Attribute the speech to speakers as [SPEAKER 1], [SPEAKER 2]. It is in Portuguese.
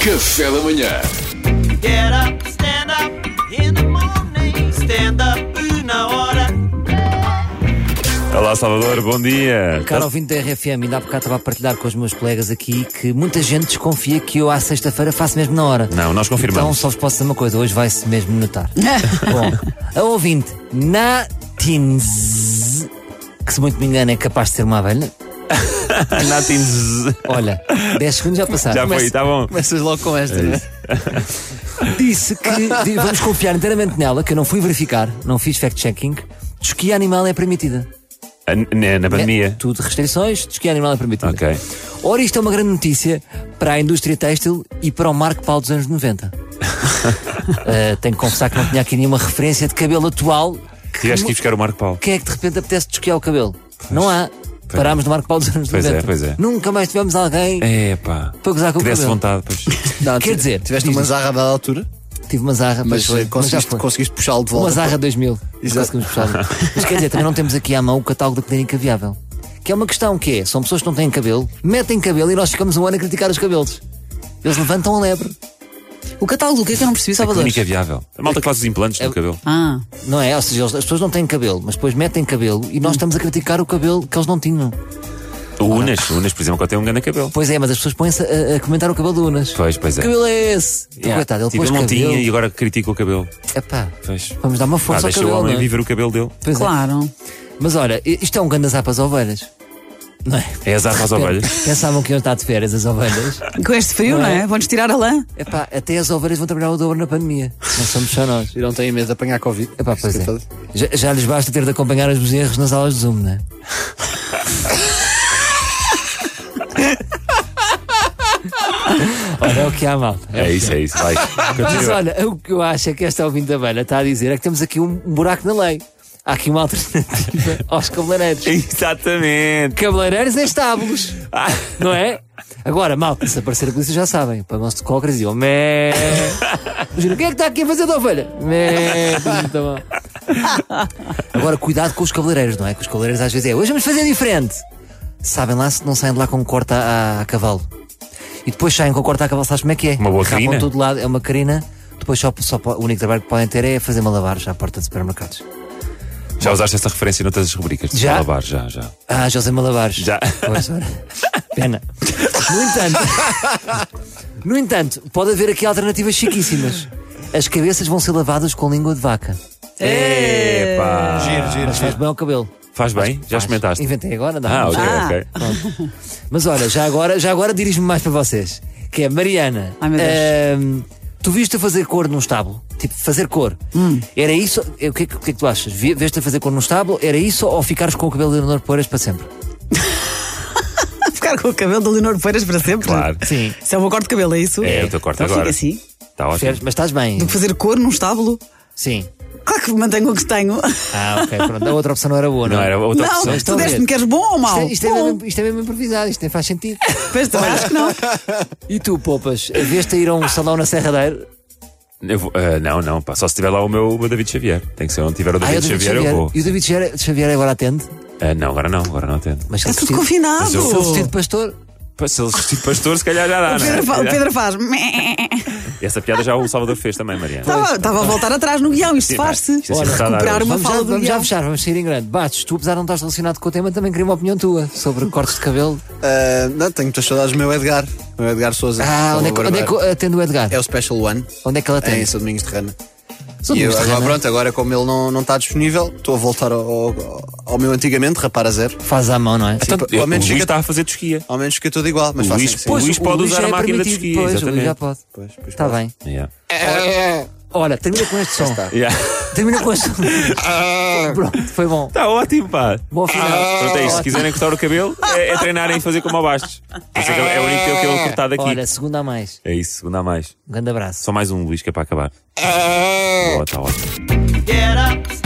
[SPEAKER 1] Café da manhã.
[SPEAKER 2] Get up, stand up in the morning. Stand up na hora.
[SPEAKER 3] Olá Salvador, bom dia.
[SPEAKER 4] Caro ouvinte da RFM, ainda há bocado estava a partilhar com os meus colegas aqui que muita gente desconfia que eu à sexta-feira faço mesmo na hora.
[SPEAKER 3] Não, nós
[SPEAKER 4] Então
[SPEAKER 3] confirmamos.
[SPEAKER 4] só vos posso dizer uma coisa, hoje vai-se mesmo notar. Bom, a ouvinte Natins, que se muito me engano é capaz de ser uma abelha.
[SPEAKER 3] Nothing zzz.
[SPEAKER 4] Olha, 10 segundos já passaram.
[SPEAKER 3] Já foi,
[SPEAKER 4] Começa-
[SPEAKER 3] está bom.
[SPEAKER 5] Começas logo com esta, não é?
[SPEAKER 4] Disse que di- vamos confiar inteiramente nela, que eu não fui verificar, não fiz fact-checking. Desquia animal é permitida.
[SPEAKER 3] Ah, Na, na
[SPEAKER 4] É,
[SPEAKER 3] pandemia.
[SPEAKER 4] tudo restrições, desquia animal é permitida.
[SPEAKER 3] Ok.
[SPEAKER 4] Ora, isto é uma grande notícia para a indústria têxtil e para o Marco Paulo dos anos 90. Uh, tenho que confessar que não tinha aqui nenhuma referência de cabelo atual.
[SPEAKER 3] Tiveste que ir buscar o Marco Paulo.
[SPEAKER 4] Quem é que de repente apetece desquiar o cabelo? Não há. Parámos no Marco Paulo dos anos
[SPEAKER 3] é. Pois é,
[SPEAKER 4] 90.
[SPEAKER 3] pois é.
[SPEAKER 4] Nunca mais tivemos alguém
[SPEAKER 3] É pá.
[SPEAKER 4] para gozar com
[SPEAKER 3] Que
[SPEAKER 4] o
[SPEAKER 3] desse
[SPEAKER 4] cabelo.
[SPEAKER 3] vontade, pois.
[SPEAKER 5] Não,
[SPEAKER 4] Quer
[SPEAKER 5] ti-
[SPEAKER 4] dizer,
[SPEAKER 5] tiveste
[SPEAKER 4] diz-me.
[SPEAKER 5] uma zarra da altura,
[SPEAKER 4] Tive uma zarra,
[SPEAKER 5] mas,
[SPEAKER 4] mas, foi,
[SPEAKER 5] eh,
[SPEAKER 4] mas já
[SPEAKER 5] conseguiste,
[SPEAKER 4] foi.
[SPEAKER 5] conseguiste puxá-lo de
[SPEAKER 4] Uma
[SPEAKER 5] volta.
[SPEAKER 4] zarra 2000. E
[SPEAKER 5] Exato.
[SPEAKER 4] Conseguimos puxar. Mas quer dizer, também não temos aqui à mão o catálogo da clínica viável. Que é uma questão que é, são pessoas que não têm cabelo, metem cabelo e nós ficamos um ano a criticar os cabelos. Eles levantam a lebre.
[SPEAKER 6] O catálogo, o que é que eu não percebi, Salvador?
[SPEAKER 3] Clínica viável. A malta que faz os implantes
[SPEAKER 4] É
[SPEAKER 3] no cabelo.
[SPEAKER 6] Ah,
[SPEAKER 4] Não é? Ou seja, eles- as pessoas não têm cabelo, mas depois metem cabelo
[SPEAKER 3] Hum.
[SPEAKER 4] e nós estamos a criticar o cabelo que eles não tinham.
[SPEAKER 3] O Unas, o Unas, por exemplo, que tem um grande cabelo.
[SPEAKER 4] Pois é, mas as pessoas põem-se a, a comentar o cabelo do Unas.
[SPEAKER 3] Pois, pois é.
[SPEAKER 4] Que cabelo é esse? Então,
[SPEAKER 3] Yeah.
[SPEAKER 4] Coitado, ele
[SPEAKER 3] Tipo,
[SPEAKER 4] pôs
[SPEAKER 3] não
[SPEAKER 4] cabelo.
[SPEAKER 3] tinha e agora critica o cabelo.
[SPEAKER 4] Epá,
[SPEAKER 3] Pois.
[SPEAKER 4] vamos dar uma
[SPEAKER 3] Ah,
[SPEAKER 4] força ao
[SPEAKER 3] deixa o
[SPEAKER 4] cabelo.
[SPEAKER 3] homem
[SPEAKER 4] não é?
[SPEAKER 3] viver o cabelo dele.
[SPEAKER 4] Pois é.
[SPEAKER 6] claro.
[SPEAKER 4] Mas olha, i- isto é um grande azar para as ovelhas. Não é?
[SPEAKER 3] É azar para as ovelhas.
[SPEAKER 4] Pensavam que iam estar de férias as ovelhas.
[SPEAKER 6] Com este frio,
[SPEAKER 4] Não
[SPEAKER 6] não
[SPEAKER 4] é?
[SPEAKER 6] é? Vão-nos tirar a lã?
[SPEAKER 4] Epá, até as ovelhas vão trabalhar o dobro na pandemia. Não somos só nós.
[SPEAKER 5] E não tenho medo de apanhar Covid.
[SPEAKER 4] Epá, pois é.
[SPEAKER 5] Coitado.
[SPEAKER 4] Já, já lhes basta ter de acompanhar os bezerros nas aulas de Zoom, não é? Olha, é o que há, malta.
[SPEAKER 3] É isso, é isso. Vai.
[SPEAKER 4] Mas
[SPEAKER 3] Continua.
[SPEAKER 4] olha, o que eu acho é que esta ouvinte da banda está a dizer é que temos aqui um buraco na lei. Há aqui uma alternativa aos cabeleireiros.
[SPEAKER 3] Exatamente. Ah.
[SPEAKER 4] Cabeleireiros em estábulos, não é? Agora, malta, se aparecer a polícia já sabem. Pagam-se de cócoras e diziam mé. Imagina, quem é que está aqui a fazer da ovelha? Mé. tudo Muito bom. Agora, cuidado com os cabeleireiros, não é? Que os cabeleireiros às vezes é hoje vamos fazer diferente. Sabem lá se não saem de lá com corta a, a cavalo. E depois saem com corta a cavalo, sabes como é que é?
[SPEAKER 3] Uma boa
[SPEAKER 4] Rapam
[SPEAKER 3] carina.
[SPEAKER 4] tudo de lado, é uma carina. Depois só, só po- o único trabalho que podem ter é fazer malabares à porta de supermercados.
[SPEAKER 3] Já usaste essa referência noutras rubricas? de
[SPEAKER 4] Já?
[SPEAKER 3] Malabar, já, já.
[SPEAKER 4] Ah, José Malabares.
[SPEAKER 3] Já.
[SPEAKER 4] Pois, ora. Pena. No entanto, no entanto, pode haver aqui alternativas chiquíssimas. As cabeças vão ser lavadas com língua de vaca.
[SPEAKER 3] Epá.
[SPEAKER 5] Giro, giro,
[SPEAKER 4] Mas faz
[SPEAKER 5] giro.
[SPEAKER 4] bem ao cabelo.
[SPEAKER 3] Faz bem? Já
[SPEAKER 4] Faz.
[SPEAKER 3] experimentaste?
[SPEAKER 4] Inventei agora, dá
[SPEAKER 3] Ah, ok,
[SPEAKER 6] Ah.
[SPEAKER 3] ok.
[SPEAKER 4] Mas olha, já agora, já agora dirijo-me mais para vocês. Que é Mariana.
[SPEAKER 6] Ai, meu
[SPEAKER 4] ahm, tu viste a fazer cor num estábulo? Tipo, fazer cor.
[SPEAKER 6] Hum.
[SPEAKER 4] Era isso? O que, é que- o que é que tu achas? Vi- Veste a fazer cor num estábulo? Era isso ou ficares com o cabelo de Leonor Poeiras para sempre?
[SPEAKER 6] Ficar com o cabelo da Leonor Poeiras para sempre?
[SPEAKER 3] Claro.
[SPEAKER 4] Sim.
[SPEAKER 6] Isso é o meu corte de cabelo, é isso?
[SPEAKER 3] É, o teu corte
[SPEAKER 6] então
[SPEAKER 3] agora.
[SPEAKER 6] fica assim.
[SPEAKER 3] Está Tá ótimo.
[SPEAKER 4] Mas estás bem?
[SPEAKER 6] Do que fazer cor num estábulo?
[SPEAKER 4] Sim.
[SPEAKER 6] Claro que mantenho o que tenho.
[SPEAKER 4] Ah, ok, pronto. A outra opção não era boa, não,
[SPEAKER 3] Não,
[SPEAKER 4] é?
[SPEAKER 3] era outra
[SPEAKER 6] não,
[SPEAKER 3] opção.
[SPEAKER 4] estão
[SPEAKER 6] tu
[SPEAKER 4] a ver.
[SPEAKER 6] deste-me queres bom ou
[SPEAKER 4] Isto
[SPEAKER 6] mau?
[SPEAKER 4] é, isto é
[SPEAKER 6] bom.
[SPEAKER 4] mesmo, isto é mesmo improvisado, isto nem faz sentido.
[SPEAKER 6] Pois também acho que não.
[SPEAKER 4] E tu, Poupas, veste a ir a um salão na Serradeira?
[SPEAKER 3] Eu vou- ah, não, não, pá. Só se tiver lá o meu o meu David Xavier. Tem que ser. Não tiver o
[SPEAKER 4] Ah, é
[SPEAKER 3] David,
[SPEAKER 4] o David
[SPEAKER 3] Xavier, eu vou.
[SPEAKER 4] E o David Xavier, Xavier agora atende?
[SPEAKER 3] Ah, não, agora não, agora não atendo.
[SPEAKER 4] Mas
[SPEAKER 6] É
[SPEAKER 4] ele
[SPEAKER 6] tudo
[SPEAKER 4] vestido-
[SPEAKER 6] confinado.
[SPEAKER 3] Mas eu-
[SPEAKER 4] Se ele vestido de pastor?
[SPEAKER 3] Pá, Se ele vestir de pastor, se calhar já dá,
[SPEAKER 6] O
[SPEAKER 3] não é?
[SPEAKER 6] Pedro, fa- o Pedro faz.
[SPEAKER 3] Essa piada já o Salvador fez também, Mariana.
[SPEAKER 6] Estava, estava a voltar atrás no guião, isto
[SPEAKER 3] Sim,
[SPEAKER 6] faz-se.
[SPEAKER 3] isto é assim, está a dar
[SPEAKER 6] recuperar
[SPEAKER 3] hoje.
[SPEAKER 6] uma
[SPEAKER 4] vamos já,
[SPEAKER 6] fala do
[SPEAKER 4] vamos já
[SPEAKER 6] guião.
[SPEAKER 4] fechar, vamos sair em grande. Bastos, tu apesar de não estás relacionado com o tema, também queria uma opinião tua sobre cortes de cabelo.
[SPEAKER 5] Ah, não, tenho muitas saudades do meu Edgar. O meu Edgar Souza.
[SPEAKER 4] Ah, onde é, que, onde é que atende o Edgar?
[SPEAKER 5] É o Special One.
[SPEAKER 4] Onde é que ela
[SPEAKER 5] É
[SPEAKER 4] tem?
[SPEAKER 5] em São Domingos de Rana.
[SPEAKER 4] São
[SPEAKER 5] e eu,
[SPEAKER 4] Domingos de
[SPEAKER 5] agora,
[SPEAKER 4] Rana.
[SPEAKER 5] pronto, agora como ele não, não está disponível, estou a voltar ao, ao, ao meu antigamente, rapar a zero.
[SPEAKER 4] Faz à mão, não é?
[SPEAKER 3] Então,
[SPEAKER 5] Sim,
[SPEAKER 3] o
[SPEAKER 5] ao menos
[SPEAKER 3] Luís
[SPEAKER 5] fica-
[SPEAKER 3] está a fazer tosquia.
[SPEAKER 5] Ao menos que é tudo igual, mas
[SPEAKER 3] O
[SPEAKER 5] faço
[SPEAKER 3] Luís
[SPEAKER 5] assim.
[SPEAKER 3] pôs- Luís pode
[SPEAKER 4] Luís
[SPEAKER 3] usar
[SPEAKER 4] já
[SPEAKER 3] a
[SPEAKER 4] é
[SPEAKER 3] máquina de
[SPEAKER 4] permitido,
[SPEAKER 3] esqui,
[SPEAKER 4] Pois, o Luís já
[SPEAKER 3] exatamente.
[SPEAKER 4] pode.
[SPEAKER 5] Pois, pois
[SPEAKER 4] Está
[SPEAKER 5] pode.
[SPEAKER 4] Tá bem.
[SPEAKER 3] Yeah.
[SPEAKER 4] Olha, termina com este som.
[SPEAKER 3] Yeah.
[SPEAKER 4] Termina com este som. Pronto, foi bom.
[SPEAKER 3] Está Tá ótimo, pá.
[SPEAKER 4] Bom final.
[SPEAKER 3] Pronto, é isso.
[SPEAKER 4] Ótimo.
[SPEAKER 3] Se quiserem cortar o cabelo, é, é treinarem e fazer como abastos. É o único que tem o cabelo cortado aqui.
[SPEAKER 4] Olha, segunda a mais.
[SPEAKER 3] É isso, segunda a mais.
[SPEAKER 4] Um grande abraço.
[SPEAKER 3] Só mais um, Luís, que é para acabar. Boa, está ótimo.
[SPEAKER 2] Get up, stand